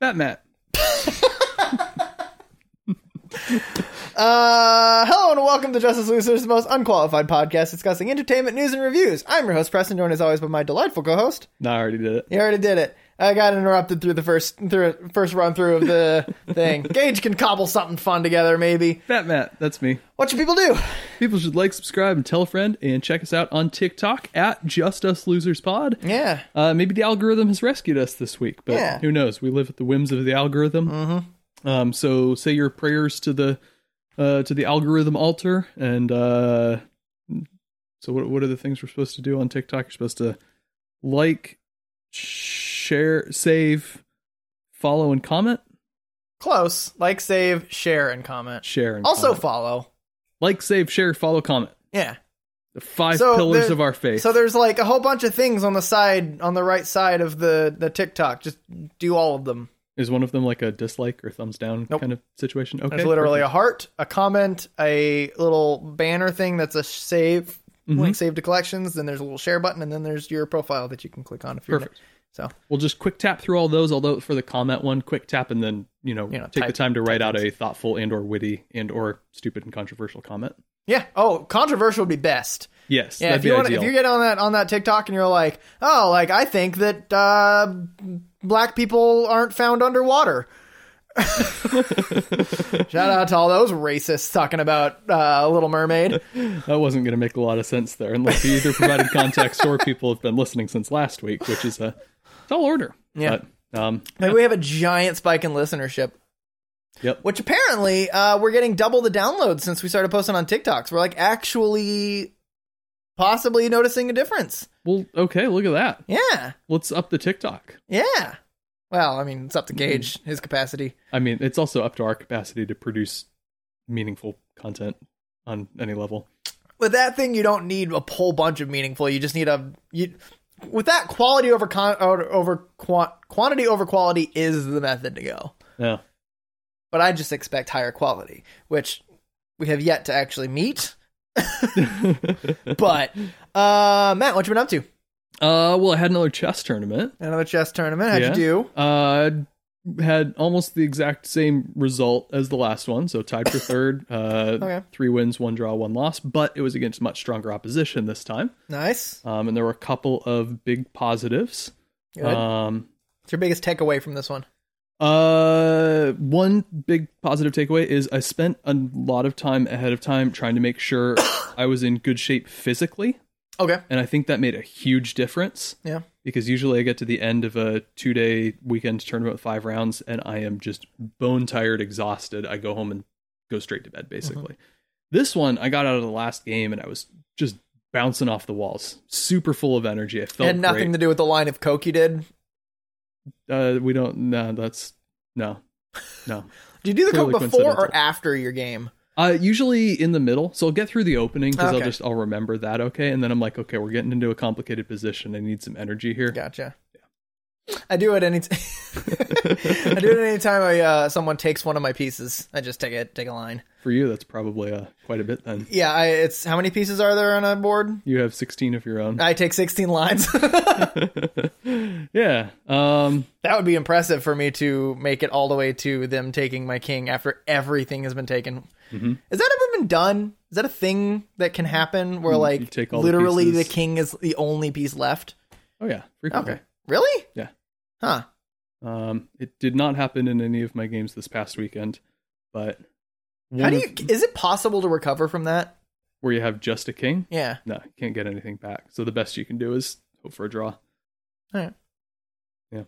Not Matt. Uh, hello and welcome to Justice Losers, the most unqualified podcast discussing entertainment news and reviews. I'm your host Preston, joined as always by my delightful co-host. No, I already did it. You already did it. I got interrupted through the first through first run through of the thing. Gage can cobble something fun together, maybe. Matt, Matt, that's me. What should people do? People should like, subscribe, and tell a friend, and check us out on TikTok at Just Us Losers Pod. Yeah, Uh, maybe the algorithm has rescued us this week, but Yeah. Mm-hmm. who knows? We live at the whims of the algorithm. Um, so say your prayers to the uh, to the algorithm altar, and uh, so what? What are the things we're supposed to do on TikTok? You're supposed to like, share, save, follow, and comment. close. Like, save, share, and comment. Share and Also comment. follow. like, save, share, follow, comment. Yeah. The five So pillars there- of our faith. So there's like a whole bunch of things on the side, on the right side of the the TikTok. Just do all of them. Is one of them like a dislike or thumbs down Nope. kind of situation? Okay, There's literally perfect. a heart, a comment, a little banner thing that's a save Mm-hmm. link, save to collections. Then there's a little share button, and then there's your profile that you can click on if you're. Perfect. So We'll just quick tap through all those. Although for the comment one, quick tap and then you know, You know, take the type- time to write out a thoughtful and or witty and or stupid and controversial comment. yeah. Oh, controversial would be best. Yes, Yeah, that'd if you be want, ideal. if you get on that on that TikTok and you're like, oh, like I think that uh, black people aren't found underwater. Shout out to all those racists talking about uh, Little Mermaid. that wasn't going to make a lot of sense there, unless you either provided context or people have been listening since last week, which is a tall order. Yeah. But, um, Like we have a giant spike in listenership. Yep. Which apparently uh, we're getting double the downloads since we started posting on TikToks. We're like actually possibly noticing a difference. well, okay, look at that. Yeah. Let's up the TikTok. Yeah. Well, I mean, it's up to gauge his capacity. I mean, it's also up to our capacity to produce meaningful content on any level. with that thing you don't need a whole bunch of meaningful you just need a you with that quality over con over, over qua- quantity over quality is the method to go Yeah. but i just expect higher quality which we have yet to actually meet but uh matt what you been up to Uh, well, I had another chess tournament. another chess tournament how'd you do Uh, had almost the exact same result as the last one, so tied for third. Uh, Okay. three wins, one draw, one loss, but it was against much stronger opposition this time. nice Um, and there were a couple of big positives. Good. Um, what's your biggest takeaway from this one Uh, one big positive takeaway is I spent a lot of time ahead of time trying to make sure I was in good shape physically, okay and I think that made a huge difference yeah because usually I get to the end of a two-day weekend tournament with five rounds, and I am just bone tired, exhausted. I go home and go straight to bed, basically. This one, I got out of the last game, and I was just bouncing off the walls, super full of energy. I it felt had nothing great. to do with the line of coke you did uh, we don't. No, that's no, no. did you do the Clearly coke before or coincidental. after your game Uh, usually in the middle, so I'll get through the opening because I'll Okay. just I'll remember that. Okay, and then I'm like, okay, we're getting into a complicated position. I need some energy here. Gotcha. I do it any. T- I do it anytime I uh, someone takes one of my pieces. I just take it, take a line. For you, that's probably uh, quite a bit. Then Yeah, I, it's how many pieces are there on a board? you have 16 of your own. I take sixteen lines. Uh. yeah. Um. that would be impressive for me to make it all the way to them taking my king after everything has been taken. Mm-hmm. Has that ever been done? Is that a thing that can happen where Mm-hmm. you like take all the literally the, pieces. king is the only piece left? Oh yeah. Frequently. Okay, really? Yeah. Huh. Um. It did not happen in any of my games this past weekend, but How one do of- you? Is it possible to recover from that? where you have just a king. Yeah. No, you can't get anything back. So the best you can do is hope for a draw. Alright. Yeah.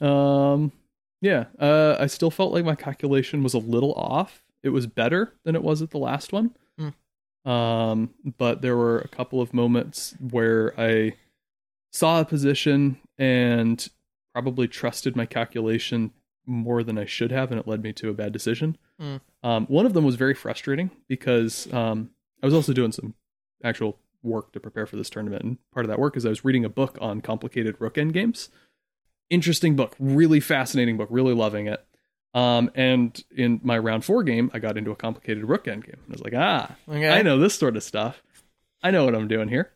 Um yeah, uh I still felt like my calculation was a little off. It was better than it was at the last one. Um but there were a couple of moments where I saw a position and probably trusted my calculation more than I should have and it led me to a bad decision. Mm. Um one of them was very frustrating because um I was also doing some actual work to prepare for this tournament. And part of that work is I was reading a book on complicated rook end games. Interesting book, really fascinating book, really loving it. Um, and in my round four game, I got into a complicated rook end game. I was like, ah, Okay. I know this sort of stuff. I know what I'm doing here.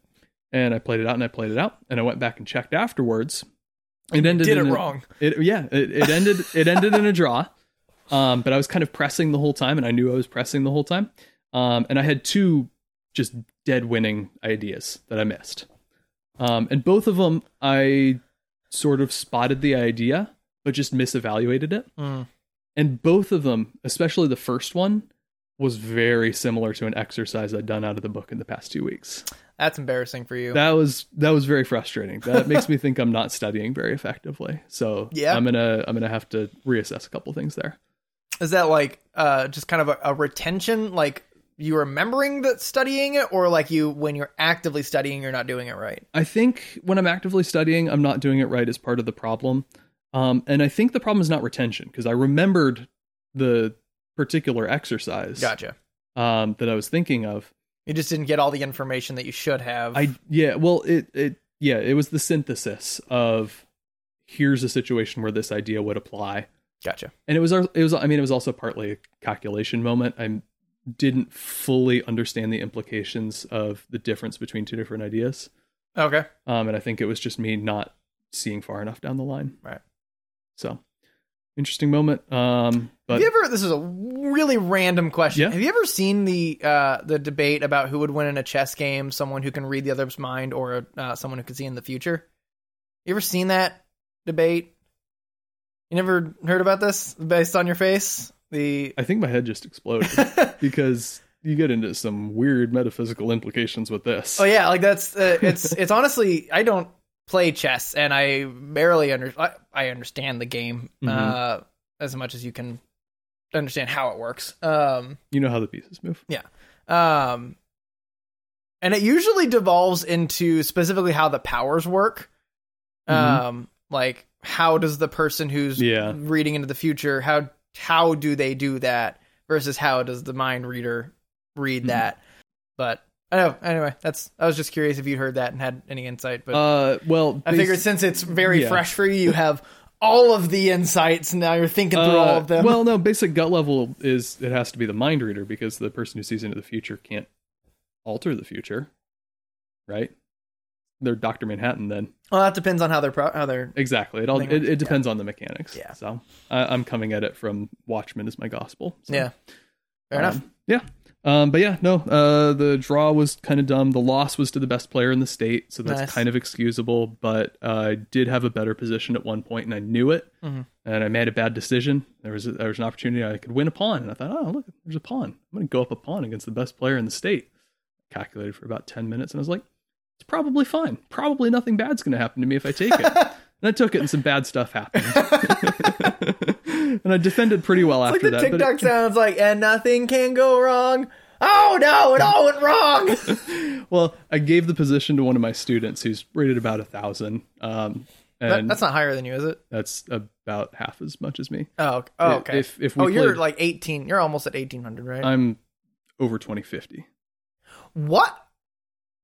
And I played it out and I played it out. And I went back and checked afterwards. It ended Did it in a- wrong. It, yeah, it, it ended it ended in a draw. Um, but I was kind of pressing the whole time, and I knew I was pressing the whole time. Um, and I had two just dead winning ideas that I missed. Um, and both of them, I sort of spotted the idea, but just misevaluated it. Mm. And both of them, especially the first one, was very similar to an exercise I'd done out of the book in the past two weeks. That's embarrassing for you. That was that was very frustrating. That makes me think I'm not studying very effectively. So Yeah. I'm gonna I'm gonna have to reassess a couple things there. Is that like uh, just kind of a, a retention, like you remembering that studying it, or like you when you're actively studying, you're not doing it right? I think when I'm actively studying, I'm not doing it right as part of the problem. Um, and I think the problem is not retention because I remembered the particular exercise Gotcha. um, that I was thinking of. You just didn't get all the information that you should have. I yeah, well it it yeah, it was the synthesis of here's a situation where this idea would apply. gotcha. and it was our, it was i mean it was also partly a calculation moment i didn't fully understand the implications of the difference between two different ideas Okay. um and i think it was just me not seeing far enough down the line Right. so interesting moment um but have you ever? This is a really random question. Yeah. Have you ever seen the uh, the debate about who would win in a chess game? Someone who can read the other's mind, or uh, someone who can see in the future? You ever seen that debate? You never heard about this? Based on your face, the i think my head just exploded because you get into some weird metaphysical implications with this Oh yeah, like that's uh, it's it's honestly I don't play chess and I barely under I, I understand the game uh, as much as you can understand how it works. Um, you know how the pieces move um, and it usually devolves into specifically how the powers work. Mhm. Um, like how does the person who's Yeah. reading into the future how how do they do that versus how does the mind reader read Mhm. that? But I don't know anyway, that's I was just curious if you'd heard that and had any insight. But uh well I basi- figured since it's very yeah. fresh for you, you have all of the insights and now. You're thinking through all Uh, of them. Well, no, basic gut level is it has to be the mind reader because the person who sees into the future can't alter the future, right? They're Doctor Manhattan. Then well, that depends on how they're pro- how they're exactly. It all Thing it, works, it depends on the mechanics. Yeah. So I, I'm coming at it from Watchmen is my gospel. So, yeah. Fair enough. um, yeah. Um, but yeah, no. Uh, the draw was kind of dumb. The loss was to the best player in the state, so that's Nice. kind of excusable. But uh, I did have a better position at one point, and I knew it. Mhm. And I made a bad decision. There was a, there was an opportunity I could win a pawn, and I thought, oh look, there's a pawn. I'm going to go up a pawn against the best player in the state. Calculated for about ten minutes, and I was like, it's probably fine. Probably nothing bad's going to happen to me if I take it. and I took it, and some bad stuff happened. and I defended pretty well It's like after the that. but it- TikTok sounds like, and nothing can go wrong. Oh no, it all went wrong. Well, I gave the position to one of my students who's rated about a thousand, um, That- and that's, that's not higher than you, is it? about half as much as me. Oh, okay. Oh, okay. If if we oh, you're played- like 18. You're almost at 1800, right? I'm over twenty fifty. what?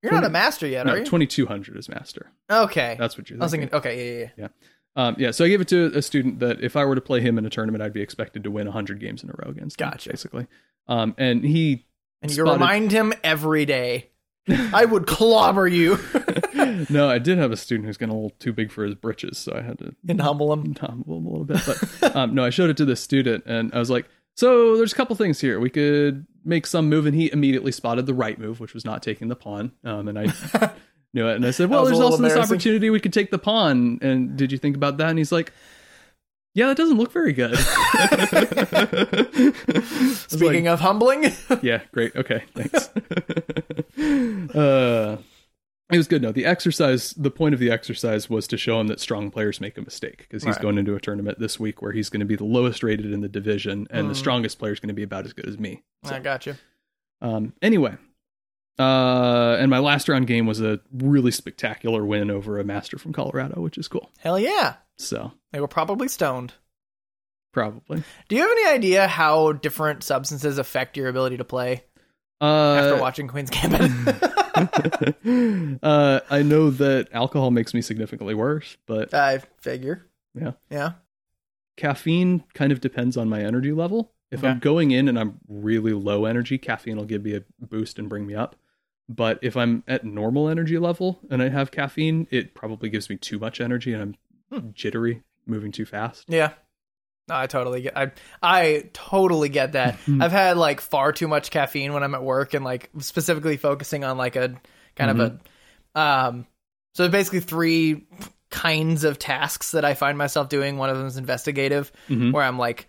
You're not a 20 master yet, are No, you? twenty two hundred is master. okay. That's what you're. I was thinking. thinking, okay, yeah, yeah, yeah. Um, yeah, so I gave it to a student that if I were to play him in a tournament, I'd be expected to win hundred games in a row against. him, Gotcha. basically, um, and he And you Spotted. remind him every day. I would clobber you no, I did have a student who's getting a little too big for his britches, so I had to and humble him. Tom a little bit, but um, no, I showed it to the student, and I was like, "So there's a couple things here. We could make some move," and he immediately spotted the right move, which was not taking the pawn. Um, and I knew it, and I said, "Well, was a there's little also this embarrassing. opportunity we could take the pawn." And did you think about that? And he's like, "Yeah, that doesn't look very good." Speaking of humbling, yeah, great. Okay, thanks. uh, it was good. No, the exercise, the point of the exercise was to show him that strong players make a mistake because he's Right. going into a tournament this week where he's going to be the lowest rated in the division and the Mm. strongest player is going to be about as good as me. I got you. Um, anyway, uh, and my last round game was a really spectacular win over a master from Colorado, which is cool. Hell yeah. So They were probably stoned. probably Do you have any idea how different substances affect your ability to play after uh, watching Queen's Gambit? uh, I know that alcohol makes me significantly worse, but I figure. Yeah. Yeah. caffeine kind of depends on my energy level. If I'm Okay. going in and I'm really low energy, caffeine will give me a boost and bring me up. But if I'm at normal energy level and I have caffeine, it probably gives me too much energy and I'm jittery, moving too fast. Yeah. No, I totally get I I totally get that. I've had like far too much caffeine when I'm at work and like specifically focusing on like a kind of a um so basically three kinds of tasks that I find myself doing. One of them is investigative Mhm. where I'm like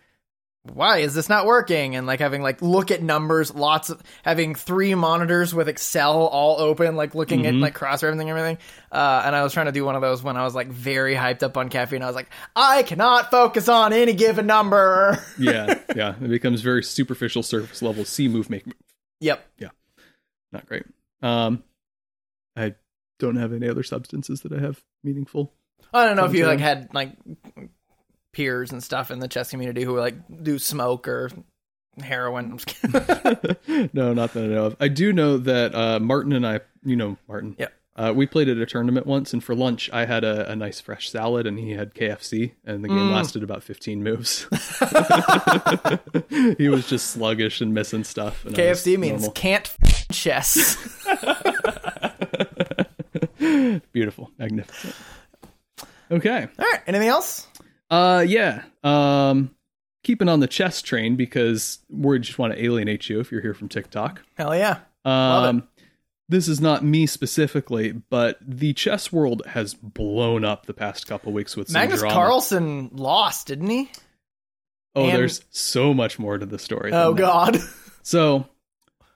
why is this not working and like having like look at numbers lots of having three monitors with excel all open like looking at Mhm. like cross everything everything uh, and i was trying to do one of those when i was like very hyped up on caffeine i was like i cannot focus on any given number Yeah, yeah. It becomes very superficial, surface level. See, move, make, move. yep Not great. Um, I don't have any other substances that I have meaningful. i don't know if you like Sounds had like peers and stuff in the chess community who like do smoke or heroin I'm just kidding. no, not that I know of. I do know that uh, Martin and I, you know, Martin. Yep. Uh, we played at a tournament once, and for lunch, I had a, a nice fresh salad, and he had KFC, and the game Mm. lasted about 15 moves. he was just sluggish and missing stuff. And I was kfc means normal. can't chess Beautiful, magnificent. Okay. all right anything else Uh, yeah. Um, keeping on the chess train because we just want to alienate you if you're here from TikTok. hell yeah Love Um, this is not me specifically, but the chess world has blown up the past couple weeks with some Magnus drama. Carlsen lost, didn't he? Oh, and- there's so much more to the story. than Oh that. God. So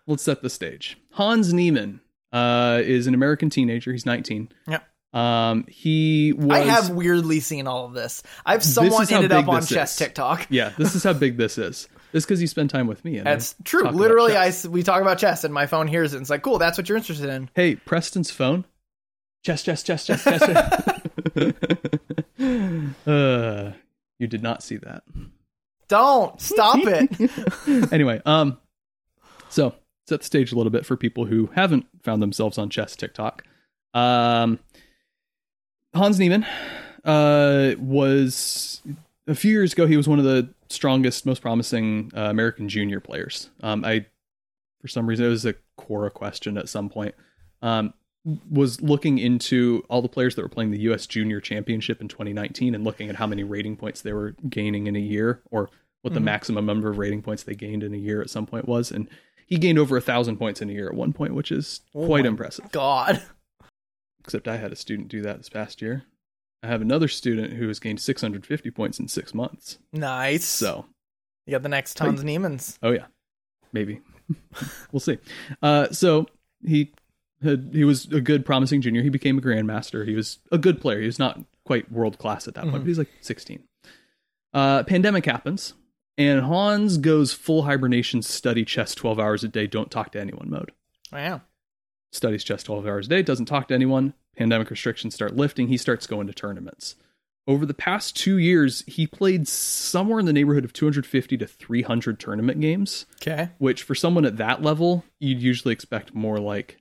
let's set the stage. Hans Niemann uh, is an American teenager. He's 19. Yep. Um, he was. I have weirdly seen all of this. I've This somewhat is how ended up big on this chess is. TikTok. Yeah, this is how big this is. This because you spend time with me. And I- That's true. talk about Literally, I chess. s- we talk about chess, and my phone hears it. And it's like, cool, that's what you're interested in. hey, Preston's phone. Chess, chess, chess, chess, chess. chess. uh, you did not see that. Don't stop it. anyway, um, so set the stage a little bit for people who haven't found themselves on chess TikTok. Um, Hans Niemann uh, was a few years ago. He was one of the strongest, most promising uh, American junior players. Um, I, for some reason, it was a Quora question at some point. Um, was looking into all the players that were playing the U.S. Junior Championship in 2019 and looking at how many rating points they were gaining in a year, or what the Mhm. maximum number of rating points they gained in a year at some point was, and he gained over a thousand points in a year at one point, which is Oh quite my impressive God. except I had a student do that this past year. I have another student who has gained 650 points in six months. Nice. So, you got the next tons Neiman's. oh yeah, maybe we'll see. Uh, so he had, he was a good, promising junior. He became a grandmaster. He was a good player. He was not quite world class at that Mhm. point, but he's like 16. Uh, pandemic happens, and Hans goes full hibernation, study chess 12 hours a day, don't talk to anyone mode. Wow. studies chess 12 hours a day, doesn't talk to anyone. Pandemic restrictions start lifting. He starts going to tournaments. Over the past two years, he played somewhere in the neighborhood of 250 to 300 tournament games, Okay. which for someone at that level, you'd usually expect more like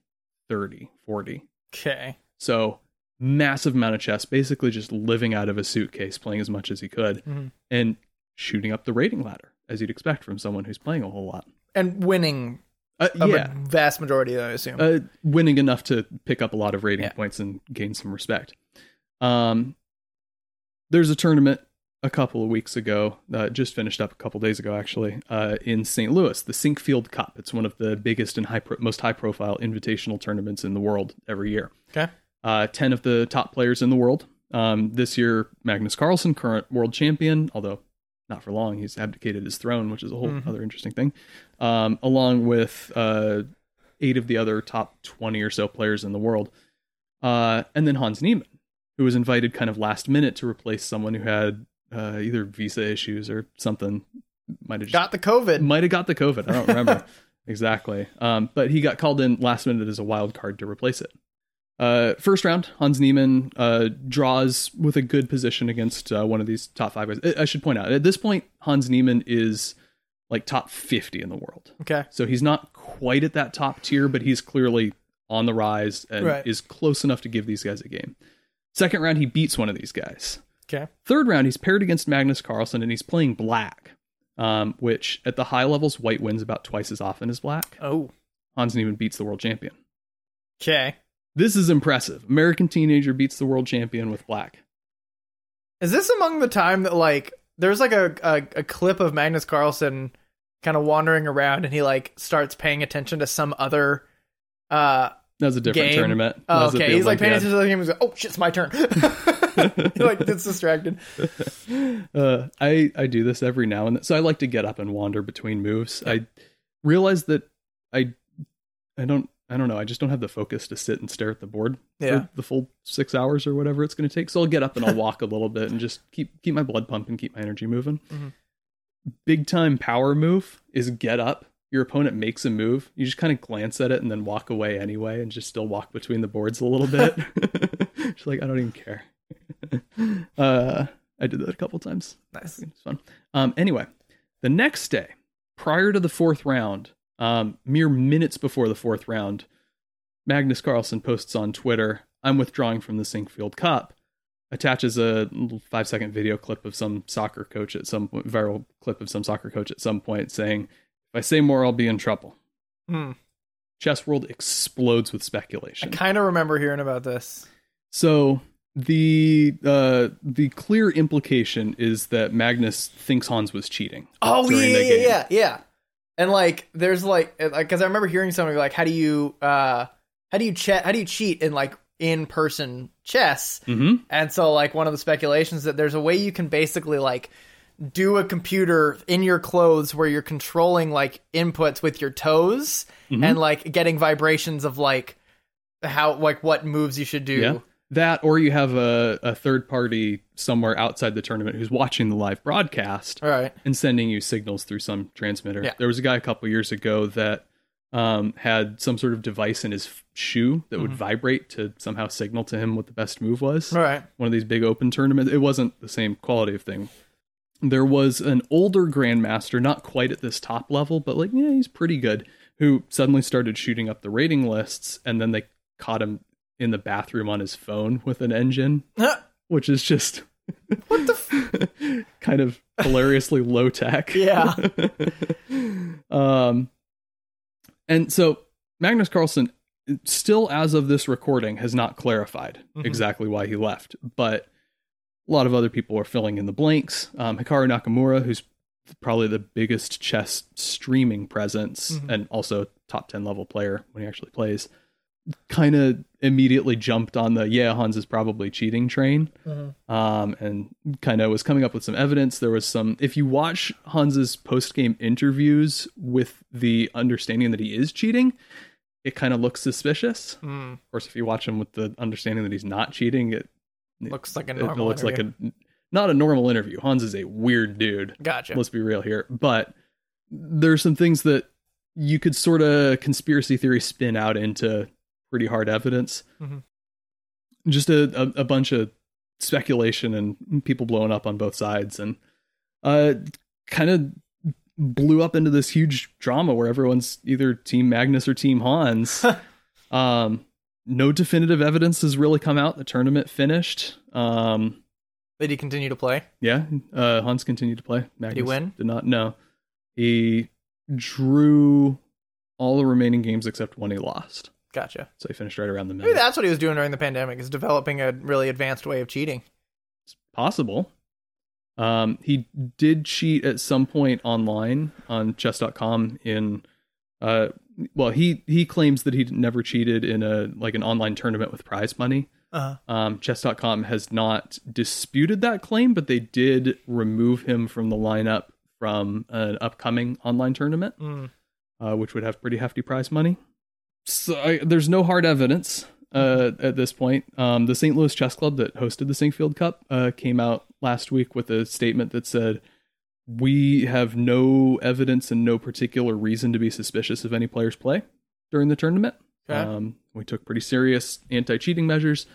30, 40. Okay. So, massive amount of chess, basically just living out of a suitcase, playing as much as he could, Mhm. and shooting up the rating ladder, as you'd expect from someone who's playing a whole lot. And winning Uh, a yeah. vast majority, I assume. uh, winning enough to pick up a lot of rating Yeah. points and gain some respect. Um, there's a tournament a couple of weeks ago, uh, just finished up a couple days ago, actually, uh, in St. Louis, the Sinkfield Cup. It's one of the biggest and high pro- most high profile invitational tournaments in the world every year. Okay. Uh, 10 of the top players in the world. Um, this year, Magnus Carlsen, current world champion, although not for long, he's abdicated his throne, which is a whole Mhm. other interesting thing, um, along with uh, eight of the other top 20 or so players in the world. Uh, and then Hans Niemann, who was invited kind of last minute to replace someone who had uh, either visa issues or something. Might have just got the COVID. might have got the COVID. I don't remember exactly. Um, but he got called in last minute as a wild card to replace it. Uh, first round, Hans Niemann uh, draws with a good position against uh, one of these top five guys. I- I should point out at this point, Hans Niemann is like top 50 in the world. Okay. So he's not quite at that top tier, but he's clearly on the rise and Right. is close enough to give these guys a game. Second round, he beats one of these guys. Okay. Third round, he's paired against Magnus Carlsen and he's playing black, um, which at the high levels, white wins about twice as often as black. Oh. Hansen even beats the world champion. Okay. This is impressive. American teenager beats the world champion with black. Is this among the time that like there's like a a, a clip of Magnus Carlsen kind of wandering around and he like starts paying attention to some other uh That was a different Game. tournament. That oh, was at okay the he's like paying Olympiad. attention to the game he's like oh shit it's my turn He, like gets distracted uh, I I do this every now and then. So I like to get up and wander between moves. I realize that I I don't I don't know. I just don't have the focus to sit and stare at the board Yeah. for the full six hours or whatever it's going to take. So I'll get up and I'll walk a little bit and just keep keep my blood pumping, keep my energy moving. Mhm. Big time power move is get up. Your opponent makes a move. You just kind of glance at it and then walk away anyway, and just still walk between the boards a little bit. just like I don't even care. uh, I did that a couple times. nice It's fun. Um, anyway, the next day, prior to the fourth round, um, mere minutes before the fourth round, Magnus Carlsen posts on Twitter, I'm withdrawing from the Sinkfield Cup, attaches a little five second video clip of some soccer coach at some point, viral clip of some soccer coach at some point saying, If I say more, I'll be in trouble. Hmm. Chess world explodes with I speculation. kind of remember hearing about this So the uh, the clear implication is that Magnus thinks Hans was cheating. oh yeah during the yeah, yeah game. yeah yeah and like there's like because I remember hearing somebody like how do you uh how do you chat how do you cheat in like in person chess hmm And so like one of the speculations that there's a way you can basically like do a computer in your clothes where you're controlling like inputs with your toes Mhm. and like getting vibrations of like how like what moves you should do. Yeah. That, or you have a, a third party somewhere outside the tournament who's watching the live broadcast All right. and sending you signals through some transmitter. Yeah. There was a guy a couple years ago that um, had some sort of device in his f- shoe that Mm-hmm. would vibrate to somehow signal to him what the best move was. All right. One of these big open tournaments. It wasn't the same quality of thing. There was an older grandmaster, not quite at this top level, but like, yeah, he's pretty good, who suddenly started shooting up the rating lists and then they caught him in the bathroom on his phone with an engine Huh. which is just What the f- kind of hilariously low tech. Yeah. um, and so Magnus Carlsen, still as of this recording, has not clarified Mhm. exactly why he left, but a lot of other people are filling in the blanks. Um, Hikaru Nakamura, who's probably the biggest chess streaming presence Mhm. and also top 10 level player when he actually plays kind of immediately jumped on the yeah hans is probably cheating train Mm-hmm. um, and kind of was coming up with some evidence. There was some. If you watch Hans's post game interviews with the understanding that he is cheating, it kind of looks suspicious. Of Hmm. course, if you watch him with the understanding that he's not cheating, it, Looks like a it normal. looks like a not a normal interview. Hans is a weird dude a gotcha. let's be real here but there's some things that you could sort of conspiracy theory spin out into pretty hard evidence Mhm. just a, a, a bunch of speculation and people blowing up on both sides and uh kind of blew up into this huge drama where everyone's either team magnus or team hans um no definitive evidence has really come out the tournament finished um Did he continue to play? yeah, uh, Hans continued to play. Magnus he win? Did not. No, he drew all the remaining games except one he lost. Gotcha. So he finished right around the middle. Maybe that's what he was doing during the pandemic is developing a really advanced way of cheating. Possible. Um, he did cheat at some point online on chess.com in uh well he he claims that he never cheated in a like an online tournament with prize money Uh-huh. um, chess.com has not disputed that claim, but they did remove him from the lineup from an upcoming online tournament, Mm. uh, which would have pretty hefty prize money. So I, there's no hard evidence uh, at this point. Um, the St. Louis Chess Club that hosted the Sinkfield Cup uh, came out last week with a statement that said, "We have no evidence and no particular reason to be suspicious of any player's play during the tournament." Okay. Um, we took pretty serious anti-cheating measures.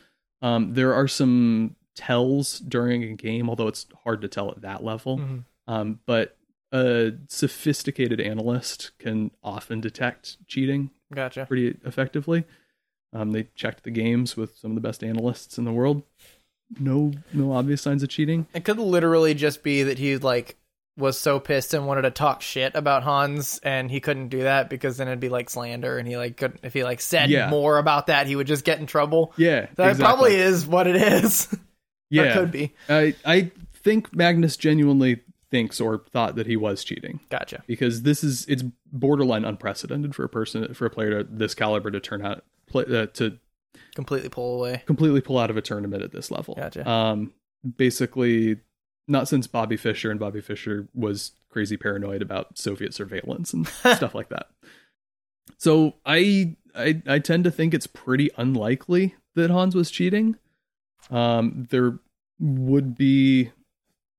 Um, there are some tells during a game, although it's hard to tell at that level. Mhm. Um, but a sophisticated analyst can often detect cheating Gotcha. pretty effectively. Um, they checked the games with some of the best analysts in the world. No, no obvious signs of cheating. It could literally just be that he like was so pissed and wanted to talk shit about Hans, and he couldn't do that because then it'd be like slander, and he like couldn't if he like said Yeah. more about that, he would just get in trouble. Yeah, That exactly. probably is what it is. Or Yeah, could be. I I think Magnus genuinely thinks or thought that he was cheating Gotcha. because this is it's borderline unprecedented for a person for a player to, this caliber to turn out play, uh, to Completely pull away. completely pull out of a tournament at this level. Gotcha. Um, basically, not since Bobby Fischer, and Bobby Fischer was crazy paranoid about Soviet surveillance and stuff like that. So I, I I tend to think it's pretty unlikely that Hans was cheating. Um, there would be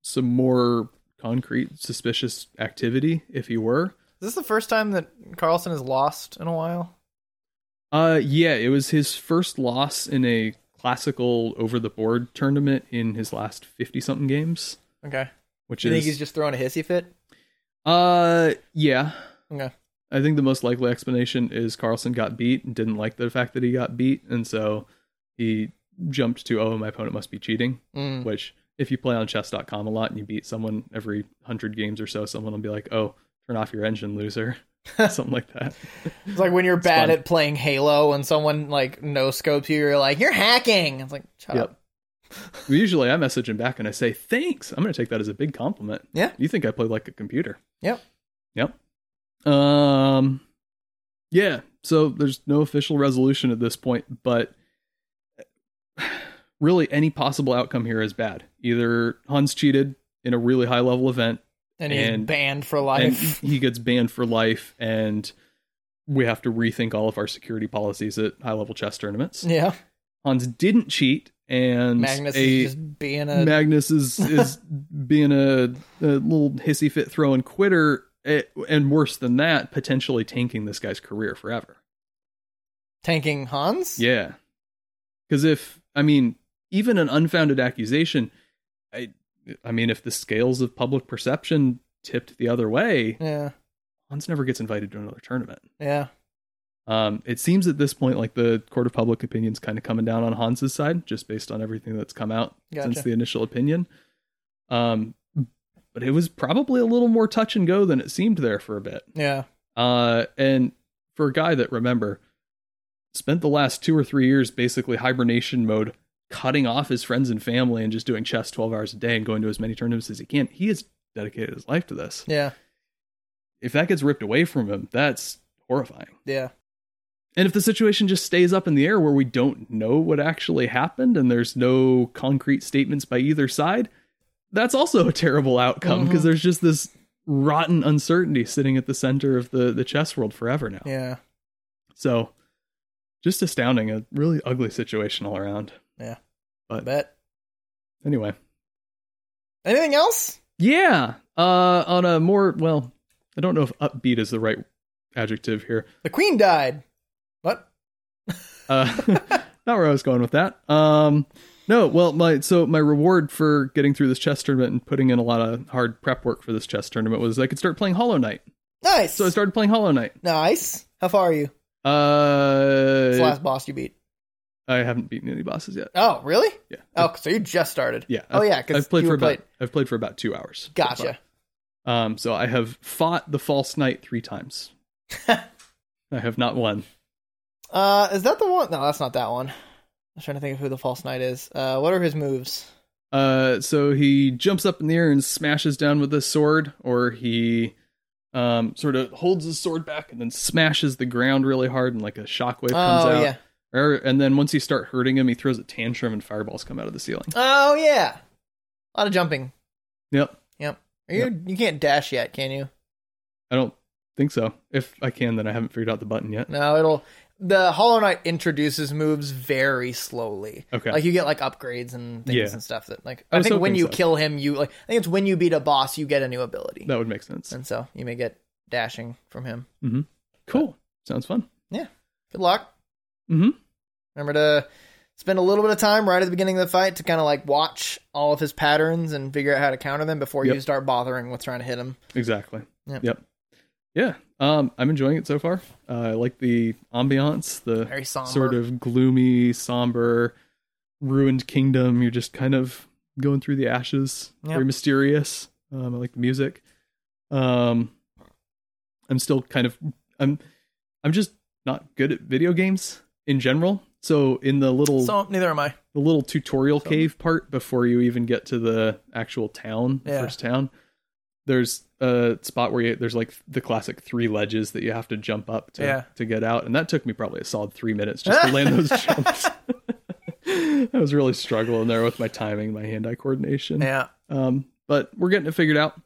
some more concrete suspicious activity if he were. Is this the first time that Carlson has lost in a while? Uh, yeah, it was his first loss in a classical over the board tournament in his last fifty something games, Okay. which Do you is think he's just throwing a hissy fit? uh yeah. Okay. I think the most likely explanation is Carlson got beat and didn't like the fact that he got beat, and so he jumped to oh my opponent must be cheating. Mm. Which if you play on chess.com a lot and you beat someone every hundred games or so, someone will be like oh turn off your engine loser, something like that. It's like when you're bad fun. at playing Halo and someone like no scopes you, you're like, you're hacking. It's like, shut Yep. up. Well, Usually I message him back and I say, thanks. I'm going to take that as a big compliment. Yeah. You think I play like a computer. Yep. Yep. Um, yeah. So there's no official resolution at this point, but really any possible outcome here is bad. Either Hans cheated in a really high level event And he's And- banned for and life. he gets banned for life and we have to rethink all of our security policies at high level chess tournaments. yeah. Hans didn't cheat and Magnus a- is just being a Magnus is is being a, a little hissy fit throwing quitter, eh, and worse than that, potentially tanking this guy's career forever. tanking Hans. Yeah, because if I mean, even an unfounded accusation, I I mean, if the scales of public perception tipped the other way, Yeah. Hans never gets invited to another tournament. Yeah. Um, it seems at this point like the court of public opinion's kind of coming down on Hans's side, just based on everything that's come out Gotcha. since the initial opinion. Um, but it was probably a little more touch and go than it seemed there for a bit. Yeah. Uh, and for a guy that remember spent the last two or three years basically hibernation mode, cutting off his friends and family and just doing chess twelve hours a day and going to as many tournaments as he can, he has dedicated his life to this. Yeah. If that gets ripped away from him, that's horrifying. Yeah. And if the situation just stays up in the air where we don't know what actually happened and there's no concrete statements by either side, that's also a terrible outcome because Mhm. there's just this rotten uncertainty sitting at the center of the, the chess world forever now. Yeah. So just astounding, a really ugly situation all around. I bet. Anyway. Anything else? Yeah. Uh on a more well, I don't know if upbeat is the right adjective here. The queen died. What? Uh, not where I was going with that. Um, no, well, my so my reward for getting through this chess tournament and putting in a lot of hard prep work for this chess tournament was I could start playing Hollow Knight. Nice. So I started playing Hollow Knight. nice. How far are you? It's the Uh, last boss you beat. I haven't beaten any bosses yet. Oh, really? Yeah. Oh, so you just started. Yeah. Oh, I've- yeah. Because I've played you for were about played. I've played for about two hours. so Gotcha. far. um, so I have fought the False Knight three times. I have not won. Uh, is that the one? No, that's not that one. I'm trying to think of who the false knight is. Uh, what are his moves? Uh, so he jumps up in the air and smashes down with his sword, or he um, sort of holds his sword back and then smashes the ground really hard, and like a shockwave comes oh out. yeah. Or- and then once you start hurting him, he throws a tantrum and fireballs come out of the ceiling. Oh yeah. A lot of jumping. Yep, Are you you can't dash yet, can you? I don't think so. If I can, then I haven't figured out the button yet. No, it'll. The Hollow Knight introduces moves very slowly. Okay, Like you get like upgrades and things Yeah. and stuff that like I I, was think when hoping you so. kill him, you like I think it's when you beat a boss, you get a new ability, that would make sense. and so you may get dashing from him. Cool, sounds fun. Good luck. Mm-hmm. Remember to spend a little bit of time right at the beginning of the fight to kind of like watch all of his patterns and figure out how to counter them before you Yep. start bothering with trying to hit him. Exactly. Yep. Yeah. Um, I'm enjoying it so far. Uh, I like the ambiance, the Very somber. sort of gloomy, somber, ruined kingdom. You're just kind of going through the ashes. Yep. Very mysterious. Um, I like the music. Um, I'm still kind of I'm I'm just not good at video games in general. So in the little So neither am I. the little tutorial So- cave part before you even get to the actual town, the Yeah. first town. There's a spot where you, there's like the classic three ledges that you have to jump up to Yeah. to get out, and that took me probably a solid three minutes just to land those jumps. I was really struggling there with my timing, my hand-eye coordination. Yeah. Um, but we're getting it figured out.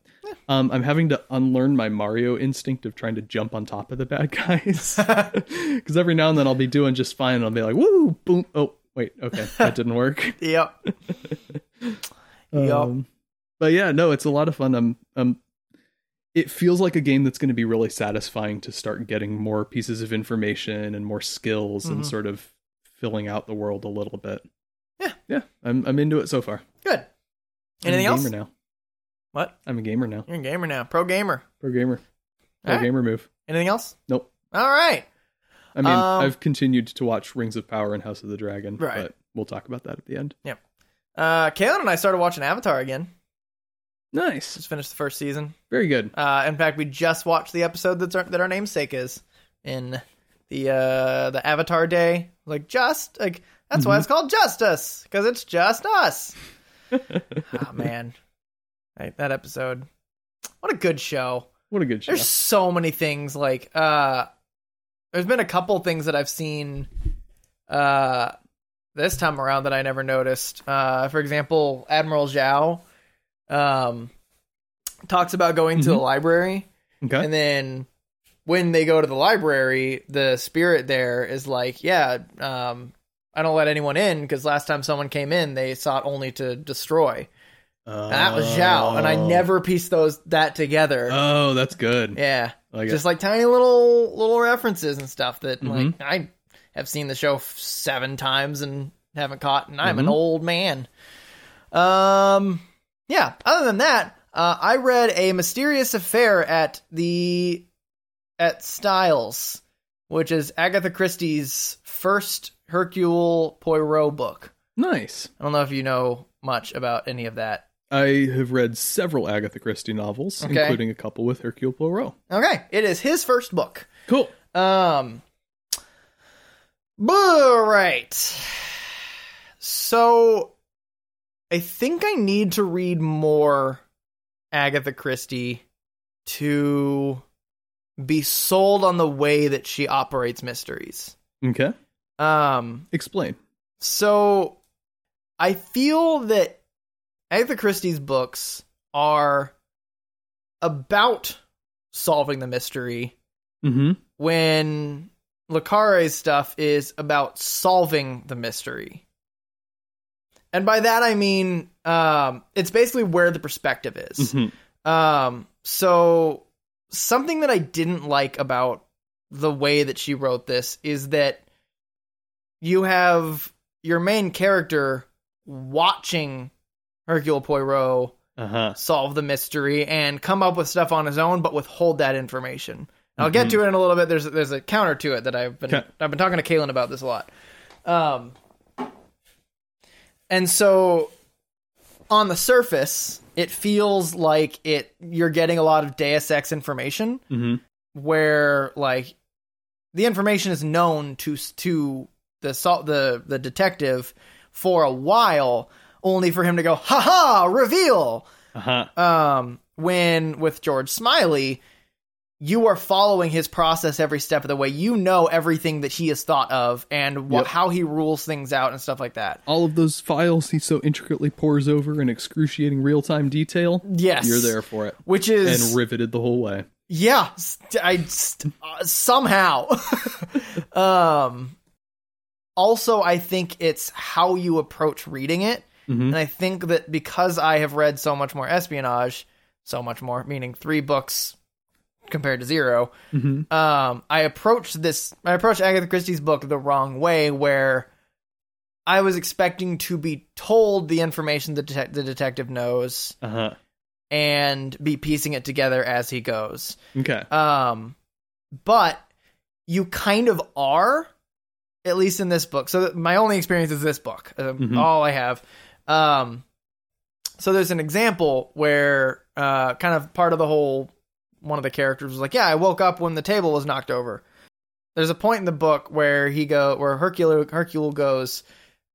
Um, I'm having to unlearn my Mario instinct of trying to jump on top of the bad guys because every now and then I'll be doing just fine and I'll be like, "Woo, boom!" Oh, wait, okay, that didn't work. Yep. Yup. Um, but yeah, no, it's a lot of fun. Um, um, it feels like a game that's going to be really satisfying to start getting more pieces of information and more skills Mhm. and sort of filling out the world a little bit. Yeah. yeah, I'm I'm into it so far. Good. I'm Anything a else? gamer now. What? I'm a gamer now. You're a gamer now. Pro gamer. Pro gamer. Pro Alright. gamer move. Anything else? Nope. All right. I mean, Um, I've continued to watch Rings of Power and House of the Dragon, Right. but we'll talk about that at the end. Uh, Kaylin and I started watching Avatar again. Nice. Just finished the first season. Very good. Uh, in fact, we just watched the episode that's our, that our namesake is in the uh, the Avatar Day. Like just like that's why Mm-hmm. it's called Justice because it's just us. oh man, Right, that episode. What a good show. What a good show. There's so many things like uh there's been a couple things that I've seen uh this time around that I never noticed. Uh for example, Admiral Zhao um talks about going Mm-hmm. to the library Okay. and then when they go to the library, the spirit there is like, yeah, um I don't let anyone in cuz last time someone came in, they sought only to destroy. And that was Zhao and I Oh. never pieced those that together. Oh, that's good. yeah I like it. just like tiny little little references and stuff that Mhm. like I have seen the show f- seven times and haven't caught, and I'm an Mhm. old man. Um, yeah. Other than that, uh, I read a mysterious affair at the at Styles, which is Agatha Christie's first Hercule Poirot book. Nice. I don't know if you know much about any of that. I have read several Agatha Christie novels, Okay. including a couple with Hercule Poirot. Okay, it is his first book. Cool. Um. All right. So, I think I need to read more Agatha Christie to be sold on the way that she operates mysteries. Okay. Um. Explain. So I feel that Agatha Christie's books are about solving the mystery Mm-hmm. when Lucare's stuff is about solving the mystery. And by that I mean um it's basically where the perspective is. mm-hmm. Um, so something that I didn't like about the way that she wrote this is that you have your main character watching Hercule Poirot Uh-huh. solve the mystery and come up with stuff on his own, but withhold that information. And I'll get Mhm. to it in a little bit. There's there's a counter to it that I've been Okay. I've been talking to Kaylin about this a lot. Um, and so on the surface, it feels like it you're getting a lot of Deus Ex information Mm-hmm. where like the information is known to to the sol- the the detective for a while, only for him to go, ha ha, reveal Uh-huh. um, when with George Smiley, you are following his process every step of the way. You know everything that he has thought of and wha- Yep. how he rules things out and stuff like that. All of those files he so intricately pores over in excruciating real-time detail. Yes, You're there for it. which is And riveted the whole way. yeah. St- I st- uh, somehow. um, also, I think it's how you approach reading it. Mm-hmm. And I think that because I have read so much more espionage, so much more, meaning three books compared to zero, Mm-hmm. um, I approached this, I approached Agatha Christie's book the wrong way, where I was expecting to be told the information the, detec the detective knows Uh-huh. and be piecing it together as he goes. Okay. Um, but you kind of are, at least in this book. So th- my only experience is this book, uh, Mhm. all I have. Um, so there's an example where uh, kind of part of the whole one of the characters was like, "Yeah, I woke up when the table was knocked over," There's a point in the book where he go where Hercule Hercule goes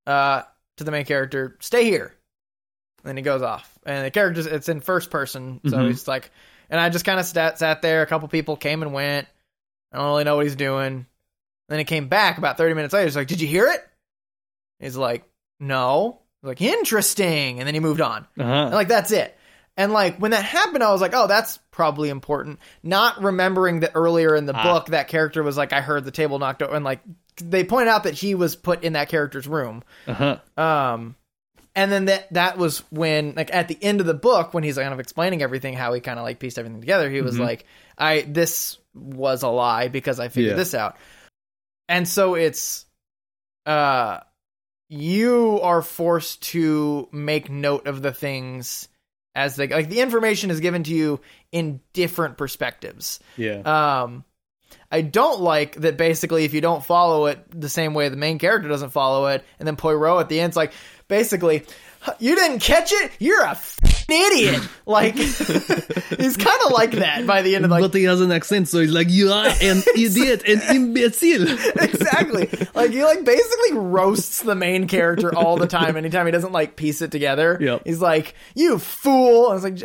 uh, to the main character, "Stay here," and then he goes off. And the characters, it's in first person, so Mhm. he's like, and I just kind of sat sat there. A couple people came and went. I don't really know what he's doing. Then he came back about 30 minutes later. He's like, "Did you hear it?" He's like, "No." He's like, "Interesting," and then he moved on. And, Uh-huh. like that's it. And like when that happened, I was like, oh, that's probably important. Not remembering that earlier in the Ah. book, that character was like, I heard the table knocked over, and like they point out that he was put in that character's room. Uh-huh. Um, and then that that was when like at the end of the book, when he's kind of explaining everything, how he kind of like pieced everything together, he was Mhm. like, I this was a lie because I figured Yeah. this out. And so it's, uh, you are forced to make note of the things as they like the information is given to you in different perspectives. Yeah. Um, I don't like that basically if you don't follow it the same way the main character doesn't follow it, and then Poirot at the end's like, basically, "Huh, you didn't catch it? You're a f***ing idiot. Like, he's kind of like that by the end of like, he has an accent, so he's like, "You are an idiot, an imbecile." exactly. Like, he like basically roasts the main character all the time anytime he doesn't like piece it together. Yep. He's like, you fool. I was like,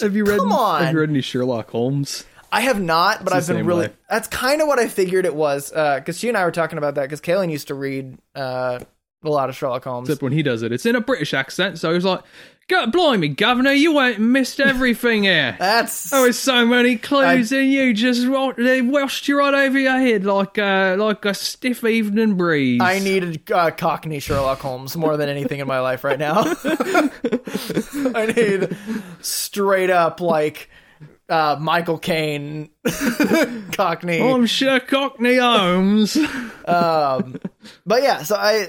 Have you read? Come on. Have you read any Sherlock Holmes? I have not, but the I've been same really. way. That's kind of what I figured it was, because she and I were talking about that. Because Kaylin used to read uh, a lot of Sherlock Holmes. Except when he does it, it's in a British accent. So he's like, "God blimey, governor, you went and missed everything here." That's There were so many clues, and you just wa- they washed you right over your head like a like a stiff evening breeze. I needed uh, Cockney Sherlock Holmes more than anything in my life right now. I need straight up like uh, Michael Caine Cockney. I'm sure Cockney Holmes. um, but yeah, so I,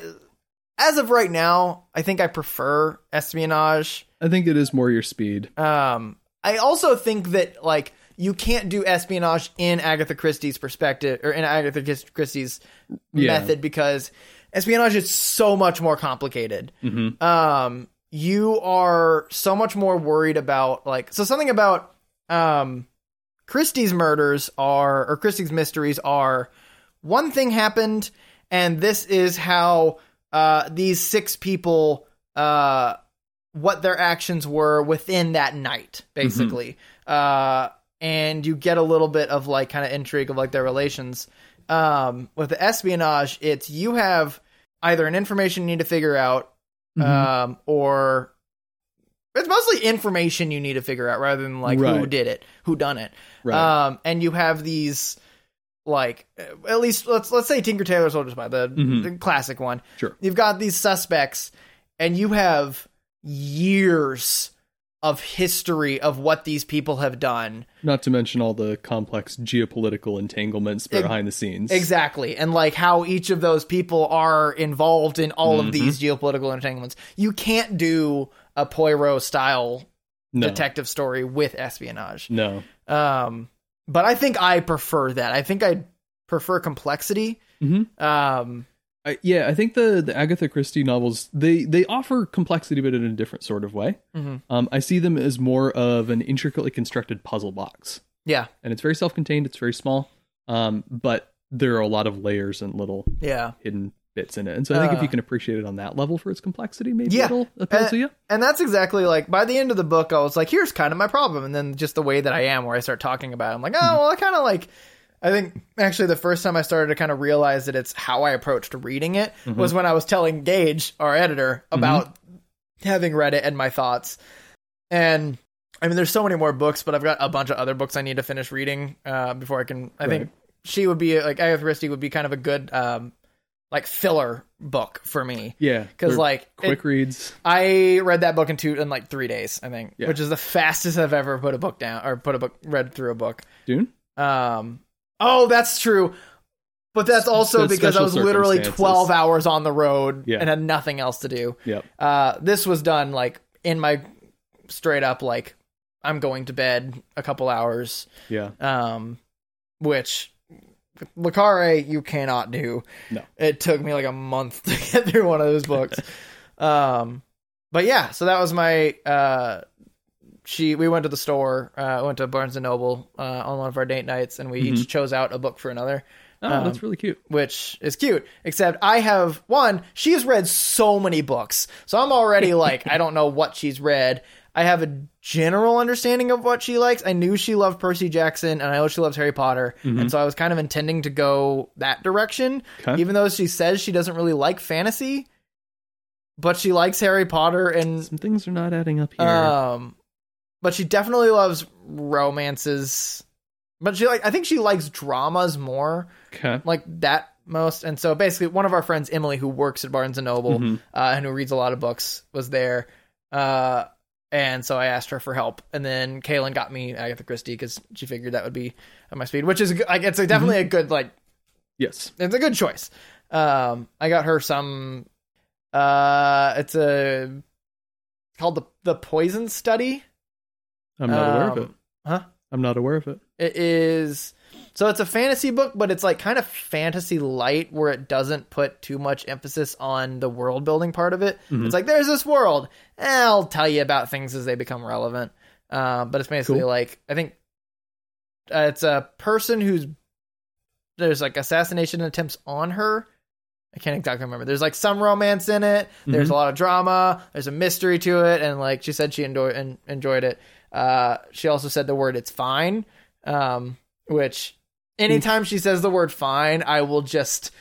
as of right now, I think I prefer espionage. I think it is more your speed. Um, I also think that like you can't do espionage in Agatha Christie's perspective or in Agatha Chris- Christie's Yeah. method because espionage is so much more complicated. Mhm. Um, you are so much more worried about like so something about um Christie's murders are or Christie's mysteries are one thing happened and this is how uh these six people uh what their actions were within that night, basically. Uh, and you get a little bit of like kind of intrigue of like their relations. Um, with the espionage, it's you have either an information you need to figure out, Mm-hmm. um, or it's mostly information you need to figure out rather than like who Right. did it, who done it. Right. Um, and you have these like uh, at least let's let's say Tinker Tailor Soldier Spy, the, Mhm. the classic one. Sure. You've got these suspects, and you have years of history of what these people have done. Not to mention all the complex geopolitical entanglements behind the scenes. Exactly. And like how each of those people are involved in all of these geopolitical entanglements. You can't do a Poirot style No. detective story with espionage. no. Um, but I think I prefer that. I think I prefer complexity. Mhm. Um, I, yeah, I think the the Agatha Christie novels they they offer complexity, but in a different sort of way. Mhm. Um, I see them as more of an intricately constructed puzzle box, yeah, and it's very self contained. It's very small, um, but there are a lot of layers and little yeah. hidden bits in it. And so I think if Uh. you can appreciate it on that level for its complexity, maybe Yeah. it'll appeal Uh, to you. And that's exactly like by the end of the book, I was like, here's kind of my problem. And then just the way that I am, where I start talking about it, I'm like, Mm-hmm. oh, well, I kind of like, I think actually the first time I started to kind of realize that it's how I approached reading it Mm-hmm. was when I was telling Gage, our editor, about having read it and my thoughts. And I mean, there's so many more books, but I've got a bunch of other books I need to finish reading uh, before I can. I think she would be like, Agatha Christie would be kind of a good, um, like, filler book for me. Yeah, Because they're like it- quick reads. I read that book in two in like three days, I think, Yeah. which is the fastest I've ever put a book down or put a book read through a book. Dune. Um, oh, that's true, but that's also That's because I was special literally circumstances. twelve hours on the road Yeah. and had nothing else to do. Yep. Uh, this was done like in my straight up like I'm going to bed a couple hours, Yeah. um, which Lacare you cannot do. No. It took me like a month to get through one of those books. um, but yeah, so that was my. Uh, she we went to the store. Uh, went to Barnes and Noble uh, on one of our date nights, and we each chose out a book for another. Oh, Um, that's really cute. which is cute. Except I have one, she's read so many books. So I'm already like, I don't know what she's read. I have a general understanding of what she likes. I knew she loved Percy Jackson and I know she loves Harry Potter. And so I was kind of intending to go that direction. Okay. Even though she says she doesn't really like fantasy, but she likes Harry Potter and Some things are not adding up here. um, but she definitely loves romances. But she like I think she likes dramas more okay. like that most. And so basically, one of our friends, Emily, who works at Barnes and Noble Mhm. uh, and who reads a lot of books, was there. Uh, and so I asked her for help, and then Kaylin got me Agatha Christie because she figured that would be at my speed, which is a good- like it's a, definitely a good like Yes. it's a good choice. Um, I got her some. Uh, it's a called the the poison study. I'm not aware of Um, it. huh? I'm not aware of it. It is so it's a fantasy book, but it's like kind of fantasy light where it doesn't put too much emphasis on the world building part of it. Mhm. It's like there's this world. Eh, I'll tell you about things as they become relevant. Uh, but it's basically Cool. like I think uh, it's a person who's there's like assassination attempts on her. I can't exactly remember. There's like some romance in it. There's a lot of drama. There's a mystery to it, and like she said, she enjoy- en- enjoyed it. Uh, she also said the word "it's fine," um, which anytime she says the word "fine," I will just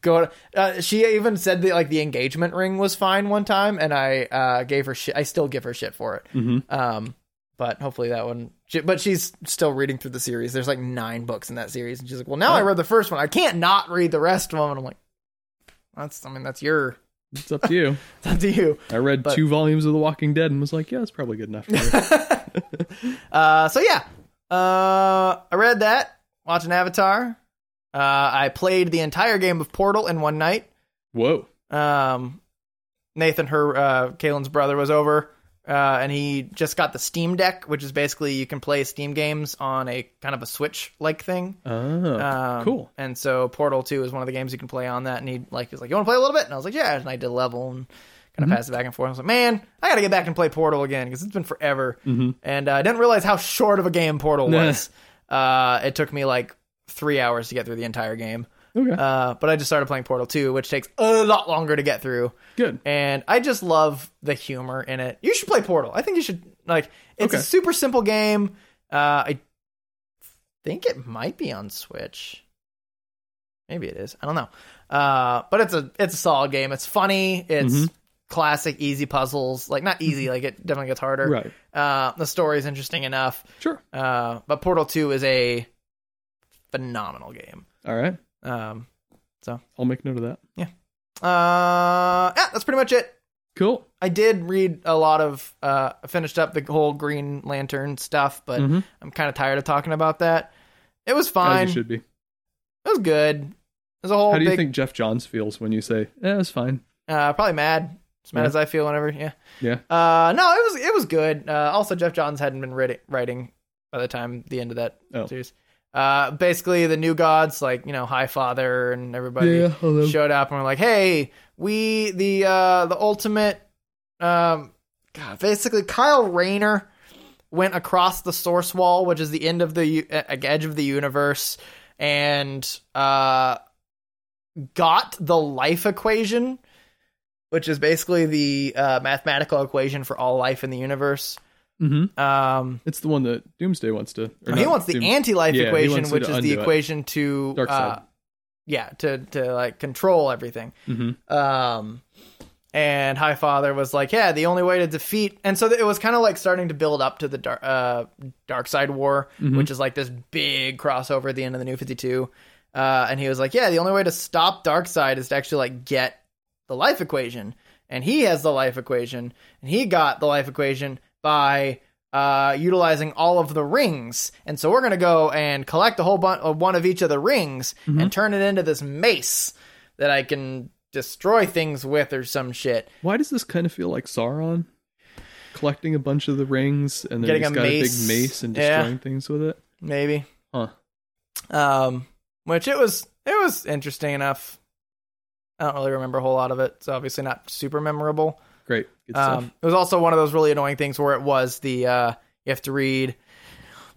go. To, uh, she even said that like the engagement ring was fine one time, and I uh, gave her shit. I still give her shit for it. Mm-hmm. Um, but hopefully that one. She, but she's still reading through the series. There's like nine books in that series, and she's like, "Well, now I read the first one. I can't not read the rest of them." And I'm like, "That's. I mean, that's your. It's up to you. It's up to you." I read But- two volumes of The Walking Dead and was like, yeah, it's probably good enough. For me. uh, so yeah, uh, I read that. Watching Avatar. Uh, I played the entire game of Portal in one night. Whoa. um, Nathan, her, uh, Kaylin's brother, was over, uh, and he just got the Steam Deck, which is basically you can play Steam games on a kind of a Switch like thing. Oh, Um, cool. And so Portal Two is one of the games you can play on that, and he like he's like, "You want to play a little bit?" And I was like, "Yeah." And I did a level and kind of passed it back and forth. I was like, "Man, I got to get back and play Portal again because it's been forever." And uh, I didn't realize how short of a game Portal Nah. was. uh, it took me like three hours to get through the entire game. Okay. Uh, but I just started playing Portal 2, which takes a lot longer to get through. good. And I just love the humor in it. You should play Portal. I think you should like it's a Okay. super simple game. Uh, I think it might be on Switch. Maybe it is. I don't know. Uh, but it's a it's a solid game. It's funny. It's Mhm. classic easy puzzles. Like not easy, like it definitely gets harder. Mm-hmm. Right. Uh, the story's interesting enough. Sure. Uh, but Portal 2 is a phenomenal game. All right. Um, I'll make note of that. uh, yeah, that's pretty much it. Cool. I did read a lot of, uh, I finished up the whole Green Lantern stuff, but Mhm. I'm kind of tired of talking about that. It was As fine. you It should be. was good. There's a whole How do you big, think Jeff Johns feels when you say, "Yeah, it's fine"? uh, probably mad. As mad Yeah. as I feel whenever, yeah. Yeah. Uh, no, it was, it was good. Uh, also Jeff Johns hadn't been writing, writing by the time the end of that Oh. series. Uh, basically the new gods, like, you know, High Father and everybody. hello. showed up and were like, "Hey, we the uh the ultimate um God, basically Kyle Rayner went across the source wall, which is the end of the u- uh, edge of the universe, and uh got the life equation, which is basically the uh, mathematical equation for all life in the universe. hmm Um It's the one that Doomsday wants Uh, to. or he not wants the Doom- anti-life yeah, he equation, wants you which to is the undo it. equation to Dark uh, side. yeah, to to like control everything. Mhm. Um, and High Father was like, yeah, the only way to defeat, and so th- it was kind of like starting to build up to the dark, uh, dark side war, Mm-hmm. which is like this big crossover at the end of the New Fifty Two. Uh, and he was like, yeah, the only way to stop dark side is to actually like get the life equation, and he has the life equation, and he got the life equation by. Uh, utilizing all of the rings, and so we're gonna go and collect a whole bunch of one of each of the rings Mm-hmm. and turn it into this mace that I can destroy things with or some shit. Why does this kind of feel like Sauron? Collecting a bunch of the rings and then Getting he's a got mace. a big mace and Yeah. destroying things with it. Maybe. Huh. Um which it was it was interesting enough. I don't really remember a whole lot of it. It's obviously not super memorable. Great. Good stuff. Um, it was also one of those really annoying things where it was the uh, you have to read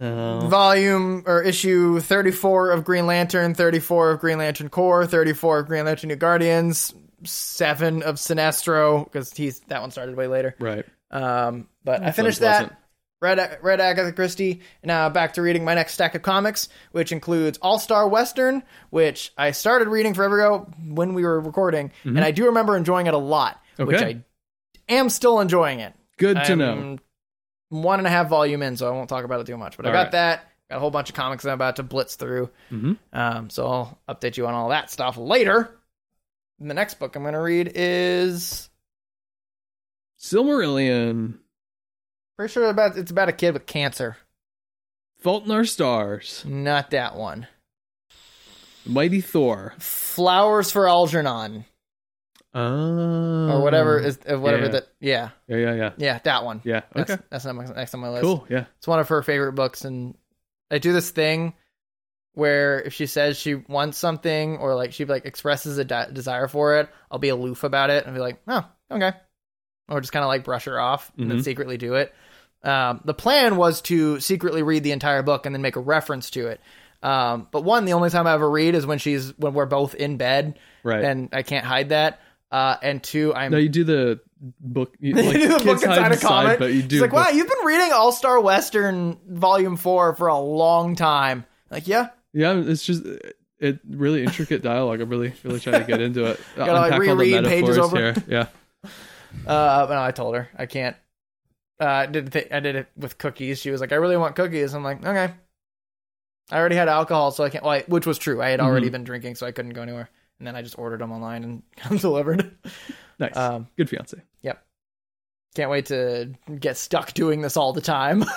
Oh. volume or issue 34 of Green Lantern, 34 of Green Lantern Core, 34 of Green Lantern New Guardians, 7 of Sinestro because he's that one started way later. Right. Um, but I That's finished unpleasant. that. Read, read Agatha Christie. Now back to reading my next stack of comics, which includes All Star Western, which I started reading forever ago when we were recording, and I do remember enjoying it a lot, which I Okay. am still enjoying it. Good to I'm know. One and a half volume in, so I won't talk about it too much. But I All got right. that. Got a whole bunch of comics I'm about to blitz through. Mhm. Um, so I'll update you on all that stuff later. And the next book I'm going to read is Silmarillion, pretty sure about it's about a kid with cancer. Fault in Our Stars, Not that one. Mighty Thor, Flowers for Algernon oh. or whatever is uh, whatever yeah. that. Yeah, Yeah, yeah, yeah, yeah, that one. yeah. That's, Okay, that's not my, next on my list. cool. Yeah, It's one of her favorite books, and I do this thing where if she says she wants something or like she like expresses a de- desire for it, I'll be aloof about it and be like, oh, okay, or just kind of like brush her off and then Mhm. secretly do it. Um, the plan was to secretly read the entire book and then make a reference to it. Um, but one, the only time I ever read is when she's when we're both in bed, right. and I can't hide that. Uh, and two, I'm no, you do the book. You, you like, do the kids book hide inside a inside, comic. but you do. She's like, the- wow, you've been reading All Star Western Volume Four for a long time. Like, yeah, Yeah, it's just it really intricate dialogue. I'm really really trying to get into it. Gotta, like, Unpack all the reread pages metaphors over. Here. Yeah. Uh, but no, I told her I can't. Uh, I did th- I did it with cookies. She was like, "I really want cookies." I'm like, "Okay." I already had alcohol, so I can't. Well, I, which was true. I had already Mhm. been drinking, so I couldn't go anywhere. And then I just ordered them online and got them delivered. Nice. Um, Good fiance. can't wait to get stuck doing this all the time.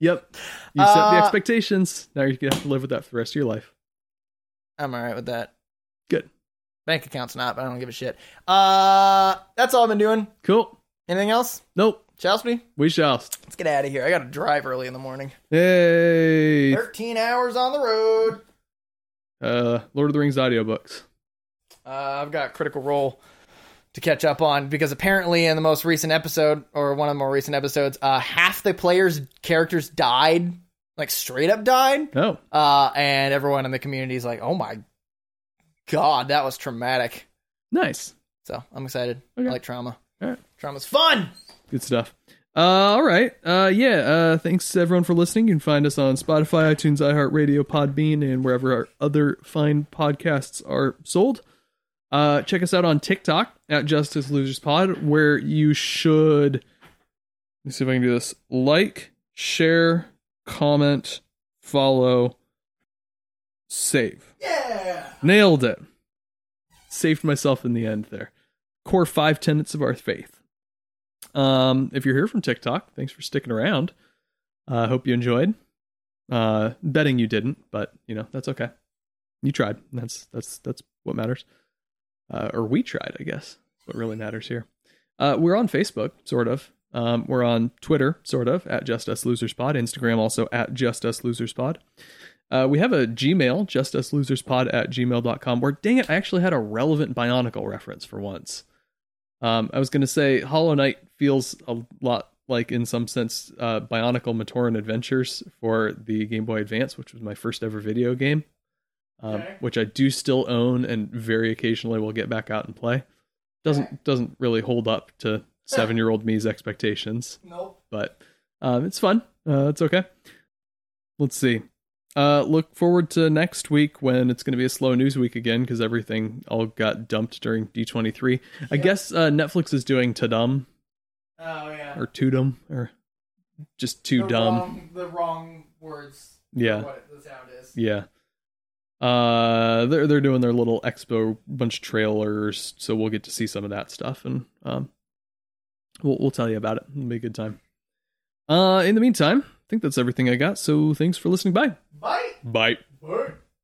Yep. You set the Uh, expectations. Now you're gonna have to live with that for the rest of your life. I'm all right with that. Good. Bank account's not, but I don't give a shit. Uh, that's all I've been doing. Cool. Anything else, Nope. Chelsea? We shall. Let's get out of here. I got to drive early in the morning. Hey. Thirteen hours on the road. Uh, Lord of the Rings audiobooks. Uh, I've got Critical Role to catch up on because apparently in the most recent episode or one of the more recent episodes, uh, half the players' characters died, like straight up died, Oh, uh, and everyone in the community is like, "Oh my god, that was traumatic." nice. So I'm excited. Okay. I like trauma. All right. Trauma's fun. Good stuff. Uh, all right. Uh, yeah. Uh, thanks everyone for listening. You can find us on Spotify, iTunes, iHeartRadio, Podbean, and wherever our other fine podcasts are sold. Uh, check us out on TikTok at Justice Losers Pod, where you should. Let me see if I can do this. Like, share, comment, follow, save. Yeah. Nailed it. Saved myself in the end there. Core five tenets of our faith. Um, if you're here from TikTok, thanks for sticking around. I uh, hope you enjoyed. Uh, betting you didn't, but you know that's okay. You tried. That's that's that's what matters. Uh, or we tried, I guess. That's what really matters here. Uh, we're on Facebook, sort of. Um, we're on Twitter, sort of, at Just Us Losers Pod. Instagram also at Just Us Losers Pod. Uh, we have a Gmail, justuslloserspod at gmail.com, where, dang it, I actually had a relevant Bionicle reference for once. Um, I was going to say Hollow Knight feels a lot like, in some sense, uh, Bionicle Matoran Adventures for the Game Boy Advance, which was my first ever video game, um, Okay. which I do still own and very occasionally will get back out and play. Doesn't Okay. doesn't really hold up to seven year old me's expectations Nope. but um, it's fun. Uh, it's okay. Let's see. Uh, look forward to next week when it's going to be a slow news week again because everything all got dumped during D23. I Yeah. guess uh, Netflix is doing Tudum Oh yeah. or Tudum or just too dumb. the wrong words. Yeah. What the sound is. Yeah. Uh, they're they're doing their little expo bunch of trailers, so we'll get to see some of that stuff, and um, we'll we'll tell you about it. It'll be a good time. Uh, in the meantime, I think that's everything I got. So thanks for listening. Bye. Bite. Bye. Bird.